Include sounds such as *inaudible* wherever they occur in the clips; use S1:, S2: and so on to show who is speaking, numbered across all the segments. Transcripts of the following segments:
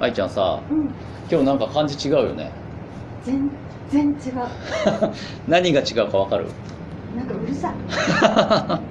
S1: 愛ちゃんさ
S2: うん
S1: 今日なんか感じ違うよね
S2: 全然違う
S1: 何が違うかわかる
S2: なんかうるさい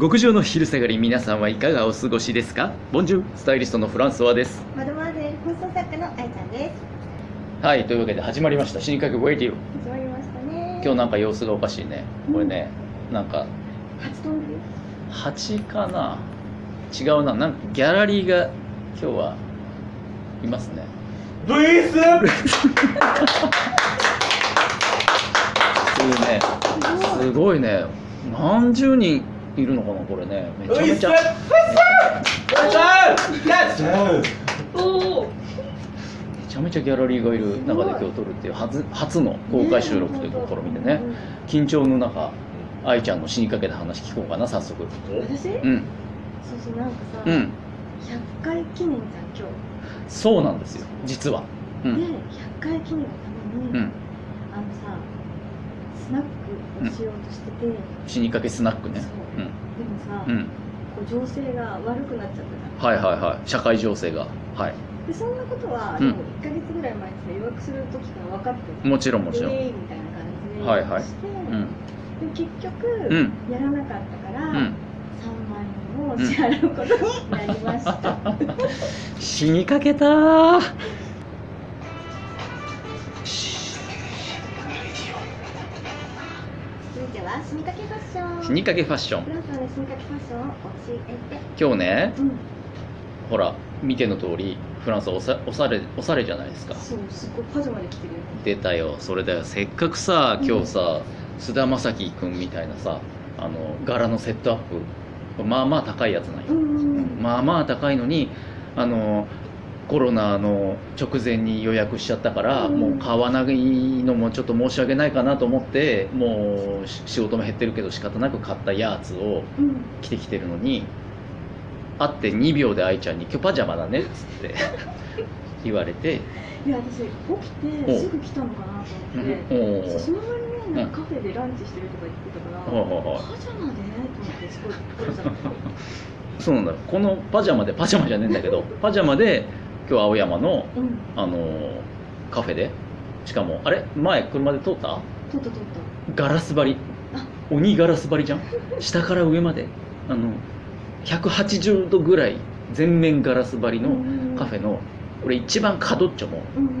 S1: 極上の昼下がり皆さんはいかがお過ごしですかボンジュールスタイリストのフランスワです
S2: まだまだ放送作家のあいちゃんです
S1: はいというわけで始まりました新企画ウェイティオ
S2: 始まりましたね
S1: 今日なんか様子がおかしいねこれねなんか
S2: 初登竜
S1: 8かな違うななんかギャラリーが今日はいますね
S3: ブイス
S1: すごいね
S2: すごい
S1: すごいね何十人いるのかなこれねめちゃ
S3: ブイ
S1: め
S3: ス
S1: ちゃ
S2: おお
S1: めちゃめちゃギャラリーがいる中で今日撮るっていう初初の公開収録という試みでね緊張の中愛ちゃんの死にかけた話聞こうかな早速
S2: 私、
S1: うん
S2: そうそうなんかさ、
S1: うん
S2: 100回記念じゃん今
S1: そうなんですよ実はう
S2: 日、
S1: ん
S2: で100回記念のた
S1: うん
S2: めに、あのさスナックをしようとしてて、でも
S1: 死にかけスナックね
S2: さ、
S1: うんうん
S2: こう情勢が悪くなっちゃったじゃん
S1: はいはいはい社会情勢がはい
S2: でそんなことは、
S1: うん
S2: でも1か月ぐらい前にさ予約する時から分かってて
S1: もちろんもちろん
S2: えーみたいな感じで
S1: はいはい
S2: して、
S1: うん
S2: でも結局、
S1: うん
S2: やらなかったから、
S1: う
S2: 3
S1: ん
S2: 万円を支払うことになりました、
S1: 死にかけたー
S2: 続いては死にかけファッション
S1: 死にかけファッション
S2: フランスの死にかけファッションを教えて
S1: 今日ね
S2: うん
S1: ほら見ての通りフランスはおさおされおされじゃないですか
S2: そうすごいパジャマで着てるよね
S1: 出たよそれだよせっかくさ今日さ菅、田将暉君みたいなさあの柄のセットアップまあまあ高いやつなん
S2: う
S1: よ、
S2: んうん
S1: まあまあ高いのにあのコロナの直前に予約しちゃったから、
S2: うん
S1: もう買わないのもちょっと申し訳ないかなと思ってもうし仕事も減ってるけど仕方なく買ったやつを
S2: うん
S1: 着てきてるのに会って2秒で愛ちゃんに「今日パジャマだね」っつって *laughs* 言われて
S2: いや私起きてすぐ来たのかなと
S1: 「う
S2: 思
S1: ん
S2: って、
S1: おー
S2: その割にね
S1: うん
S2: カフェでランチしてるとか言ってたから、
S1: はいはいはい
S2: パジャマでと思ってすごい心じゃなくて
S1: そうなんだよこのパジャマでパジャマじゃねえんだけどパジャマで今日青山の、
S2: うん
S1: あのーカフェでしかもあれ前車で通った
S2: 取った取っ
S1: ガラス張り鬼ガラス張りじゃん下から上まであの180度ぐらい全面ガラス張り
S2: た
S1: のカフ
S2: ェ
S1: ェの俺一番角っちょも
S2: うんうん
S1: うん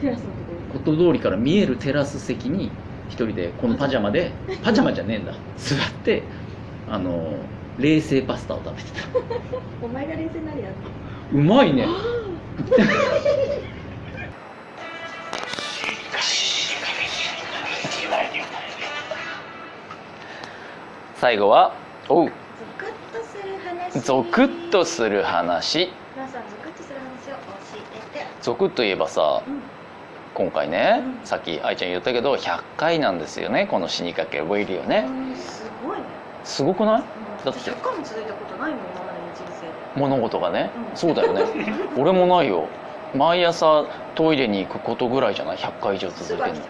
S2: テラスのとこ
S1: こと通りから見えるテラス席に一人でこのパジャマでパジャマじゃねえんだ座ってあのー冷製パスタを食べてた
S2: ろお前が冷静になるやつ
S1: うまいね最後はおう
S2: ゾクッとする話
S1: ゾクッとする話
S2: 皆さんゾクッとする話を教えて
S1: ゾクッといえばさ
S2: うん
S1: 今回ね、
S2: うん
S1: さっき愛ちゃん言ったけど100回なんですよねこの死にかけウェイリオね
S2: うんすごいね
S1: すごくない
S2: だって100回も続いたことないもん今までの人生
S1: 物事がね、
S2: うん
S1: そうだよね俺もないよ毎朝トイレに行くことぐらいじゃない100回以上続
S2: す
S1: い
S2: ぐ
S1: て
S2: 飽
S1: る
S2: き
S1: の
S2: ちゃ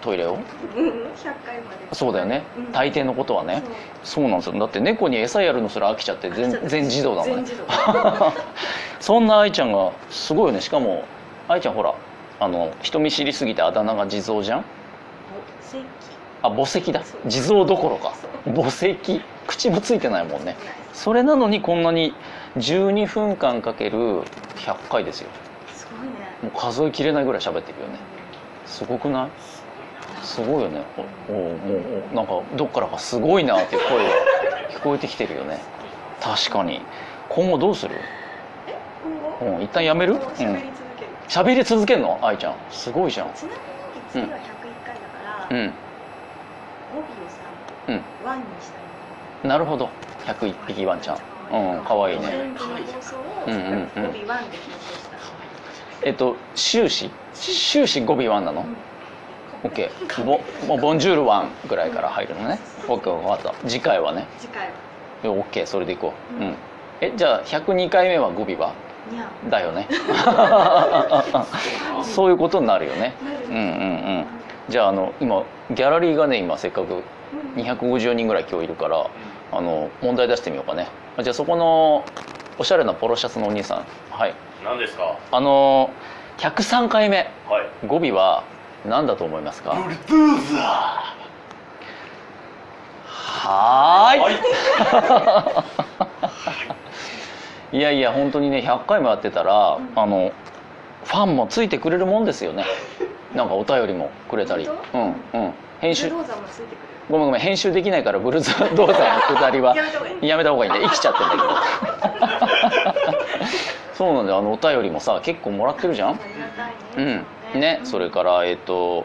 S1: トイレを
S2: ううん100回まで
S1: そうだよね、
S2: うん
S1: 大抵のことはねそうなんですよだって猫に餌やるのすら飽きちゃって全
S2: そう
S1: 全自動だもんね *laughs*
S2: 全自動
S1: そんな愛ちゃんがすごいよねしかも愛ちゃんほらあの人見知りすぎてあだ名が地蔵じゃん
S2: お席
S1: あ墓石だ
S2: そう
S1: 地蔵どころか
S2: そう
S1: 墓石口もついてないもんねそれなのにこんなに12分間かける100回ですよ
S2: すごいね
S1: もう数えきれないぐらい喋ってるよねすごくないすごいよねおおもうおなんかどっからかすごいなっていう声が聞こえてきてるよね確かに今後どうする、
S2: 今後
S1: うん、一旦やめる、うん、
S2: 喋り続ける
S1: 喋り続けんの愛ちゃんすごいじゃん
S2: ちなみに次は101回だから
S1: うん
S2: 語尾をさ
S1: うん
S2: ワンにしたい
S1: なるほど101匹ワンちゃんうん可愛いね
S2: 全部の放送を
S1: うんうんうん
S2: 語尾ワンで放送した
S1: えっと終始終始語尾ワンなの、オッケーボもうボンジュールワンぐらいから入るのねオッケー分かった次回はね
S2: 次回は
S1: えオッケーそれでいこう、う
S2: うんん
S1: えじゃあ102回目は語尾は
S2: にゃん
S1: だよねそういうことになるよね
S2: なる
S1: うんうんうんじゃああの今ギャラリーがね今せっかく
S2: うん
S1: 250人ぐらい今日いるからあの問題出してみようかねあじゃあそこのおしゃれなポロシャツのお兄さんはい
S3: 何ですかは
S1: あの103回目
S3: い
S1: 語尾は何だと思いますか
S3: ブルドゥーザ
S1: は
S3: ー
S1: ーい、
S3: はい
S1: い、 *laughs* やいや本当にね100回もやってたら、
S2: うん
S1: あのファンもついてくれるもんですよねなんかお便りもくれたり
S2: 本
S1: うんうん編集
S2: ブルドーザーもついてくる。
S1: ごめんごめん編集できないからブルー *laughs* ザードーザーのくだりは
S2: やめた方がいい。
S1: やめた方がいいんで生きちゃってんだ *laughs* けどそうなんだよあのお便りもさ結構もらってるじゃん
S2: ありがたいね
S1: うんねそれからえっ、と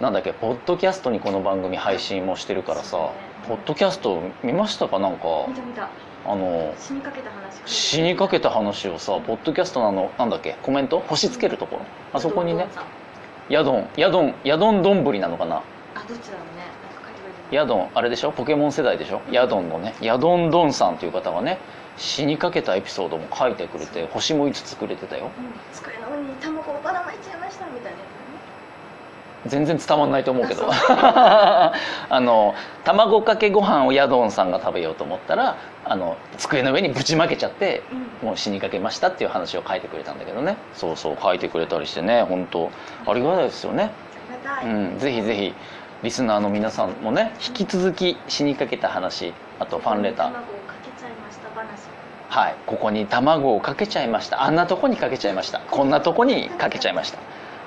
S1: なんだっけポッドキャストにこの番組配信もしてるから
S2: そう
S1: さ
S2: ね
S1: ポッドキャスト見ましたかなんか
S2: 見た見た。
S1: あの
S2: 死にかけた話。
S1: 死にかけた話をさポッドキャストのあのなんだっけコメント星つけるところあそこにね
S2: ブルドーザー
S1: ヤドンヤドンヤドンどんぶりなのかな
S2: あ、どっちだろうね。なんか書いてくれてる。
S1: ヤドンあれでしょポケモン世代でしょヤドンのねヤドンドンさんという方がね死にかけたエピソードも書いてくれて星も5つくれてたよ
S2: うん机の上に卵をばらまいちゃいましたみたいなや
S1: 全然伝わんないと思うけど *laughs*
S2: あ
S1: あの卵かけご飯をヤドンさんが食べようと思ったらあの机の上にぶちまけちゃって
S2: つね。うん。
S1: もう死にかけましたっていう話を書いてくれたんだけどねそうそう書いてくれたりしてね本当ありがたいですよね、
S2: ありがたい。
S1: うん、ぜひぜひリスナーの皆さんもね引き続き死にかけた話あとファンレター
S2: 卵をかけちゃいました話。
S1: はい、ここに卵をかけちゃいましたあんなとこにかけちゃいましたこんなとこにかけちゃいました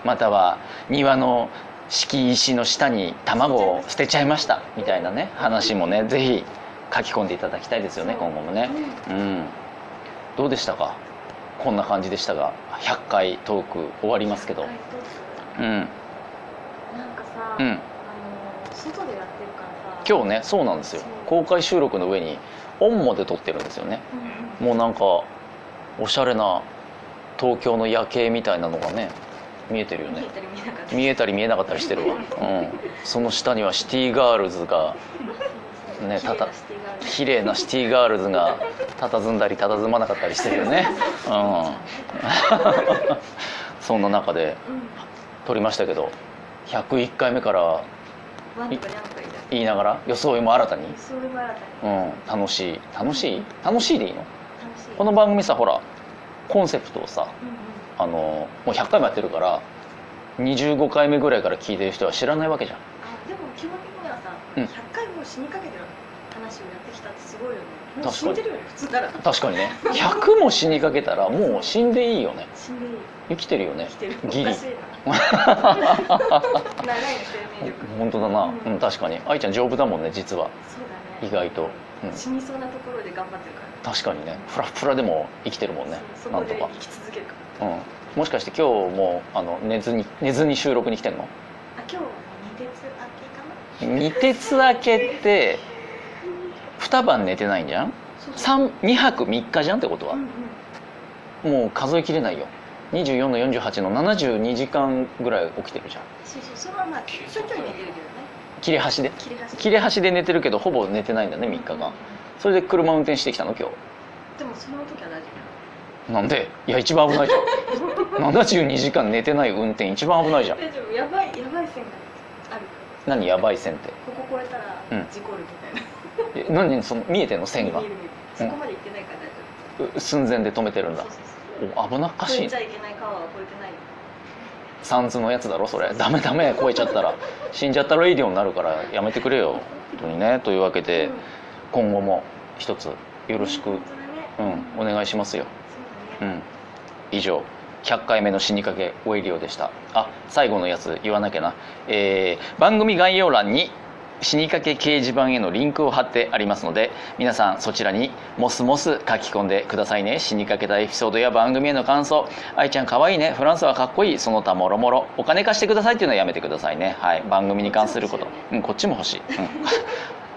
S1: または庭の敷石の下に卵を捨てちゃいましたみたいなね話もねぜひ書き込んでいただきたいですよね
S2: そう
S1: 今後もねうんどうでしたかこんな感じでしたが100回トーク終わりますけど
S2: はいどうぞ
S1: うん
S2: なんかさ、
S1: う
S2: あの
S1: ん
S2: 外でやってるからさ。
S1: 今日ねそうなんですよ公開収録の上にオンモで撮ってるんですよね
S2: うんうん。
S1: もうなんかおしゃれな東京の夜景みたいなのがね見えてるよ
S2: 見
S1: ね
S2: えたり見えなかったり。
S1: 見えたり見えなかったりしてるわ、うん、その下にはシティガールズがねたた
S2: 綺麗なシティがある
S1: 綺麗なシティガールズが佇んだり佇まなかったりしてるよねうん *laughs* そんな中で
S2: うん
S1: 撮りましたけど101回目から
S2: ワンとかなんかいた
S1: 言いながら装いも新たに、
S2: それは
S1: うん、楽しい楽しい楽しいでいいの
S2: 楽しい
S1: この番組さほらコンセプトをさ
S2: うんうん
S1: あのもう100回もやってるから25回目ぐらいから聞いてる人は知らないわけじゃん
S2: あでも基本的にはさ、
S1: うん
S2: 100回もう死にかけてる話をやってきたってすごいよね
S1: 確かに
S2: もう死んでるよね普通なら
S1: 確かにね100も死にかけたらもう死んでいいよね
S2: 死んでいい
S1: 生きてるよね
S2: 生きてる
S1: ギリ
S2: おかしい
S1: *laughs*
S2: な長いね生命力
S1: 本当だな、うん確かに愛ちゃん丈夫だもんね実は
S2: そうだね
S1: 意外と、うん、
S2: 死にそうなところで頑張ってるから
S1: 確かにねフラフラでも生きてるもんね
S2: そうそ
S1: な
S2: こ
S1: んと
S2: で
S1: か
S2: 生、き続けるから
S1: うん、もしかして今日もあの寝ずに寝ずに収録に来てんの
S2: あ今日は二鉄明けかな
S1: 二鉄明けって二晩寝てないんじゃん
S2: そうそう
S1: 三二泊三日じゃんってことは
S2: うんうん
S1: もう数えきれないよ24の48の72時間ぐらい起きてるじゃん
S2: そうそうそれはまあちょいちょい寝てるけどね
S1: 切れ端で
S2: 切れ端
S1: 切れ端で寝てるけどほぼ寝てないんだね3日間それで車運転してきたの今
S2: でもその時は大丈
S1: 日なんでいや一番危ないじゃん72時間寝てない運転一番危ないじゃん
S2: 夫大丈夫やばいやばい線があるから
S1: 何やばい線って
S2: ここ越えたら
S1: うん
S2: 事故るみたいな、
S1: え何その見えてんの線が
S2: 見える見えるそこまで行ってないから大丈
S1: う寸前で止めてる
S2: 夫
S1: んだ
S2: そうそうそう
S1: お危なっかし
S2: 越
S1: い
S2: えちゃいけない川は越えてない
S1: サンズのやつだろそれダメダメ超えちゃったら死んじゃったらレイディオになるからやめてくれよ本当にねというわけで今後も一つよろしく
S2: 本当だね
S1: うんお願いしますよ
S2: そう
S1: う
S2: だね
S1: ん、以上100回目の死にかけオイリオでしたあ最後のやつ言わなきゃな、えー番組概要欄に死にかけ掲示板へのリンクを貼ってありますので皆さんそちらにモスモス書き込んでくださいね死にかけたエピソードや番組への感想愛ちゃんかわいいねフランスはかっこいいその他もろもろお金貸してくださいっていうのはやめてくださいねはい番組に関することうんこっちも欲しい、うん、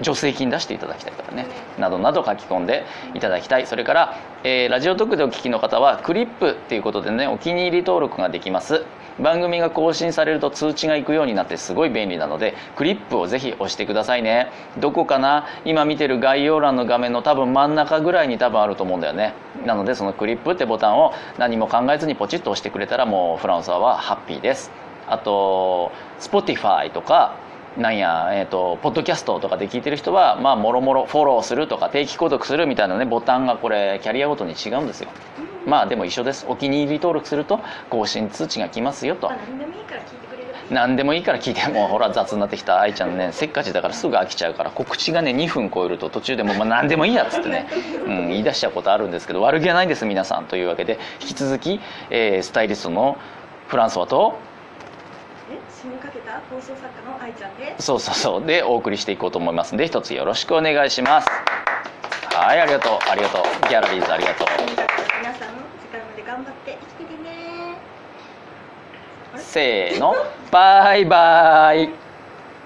S1: 助成金出していただきたいからねなどなど書き込んでいただきたいそれから、えーラジオトークでお聞きの方はクリップっていうことでねお気に入り登録ができます番組が更新されると通知がいくようになってすごい便利なのでクリップをぜひ押してくださいねどこかな今見てる概要欄の画面の多分真ん中ぐらいに多分あると思うんだよねなのでそのクリップってボタンを何も考えずにポチッと押してくれたらもうフランスはハッピーですあと Spotify とかなんや、えー、とポッドキャストとかで聞いてる人はまあもろもろフォローするとか定期購読するみたいなねボタンがこれキャリアごとに違うんですよまあでも一緒ですお気に入り登録すると更新通知が来ますよと
S2: まあ何でもいいから聞いてくれる
S1: 何でもいいから聞いてもうほ *laughs* ら雑になってきた愛ちゃんねせっかちだからすぐ飽きちゃうから告知がね2分超えると途中でもう、まあ、何でもいいやっつってね、
S2: *laughs*
S1: うん、言い出しちゃうことあるんですけど悪気はないです皆さんというわけで引き続き、えースタイリストのフランソワと
S2: え死にかけた放送作家の愛ちゃんで
S1: そうそうそうでお送りしていこうと思いますんで一つよろしくお願いしますはいありがとうありがとうギャラリーズありがとう
S2: とにかく皆さん時間まで頑張って生きててね
S1: せーのバイバイ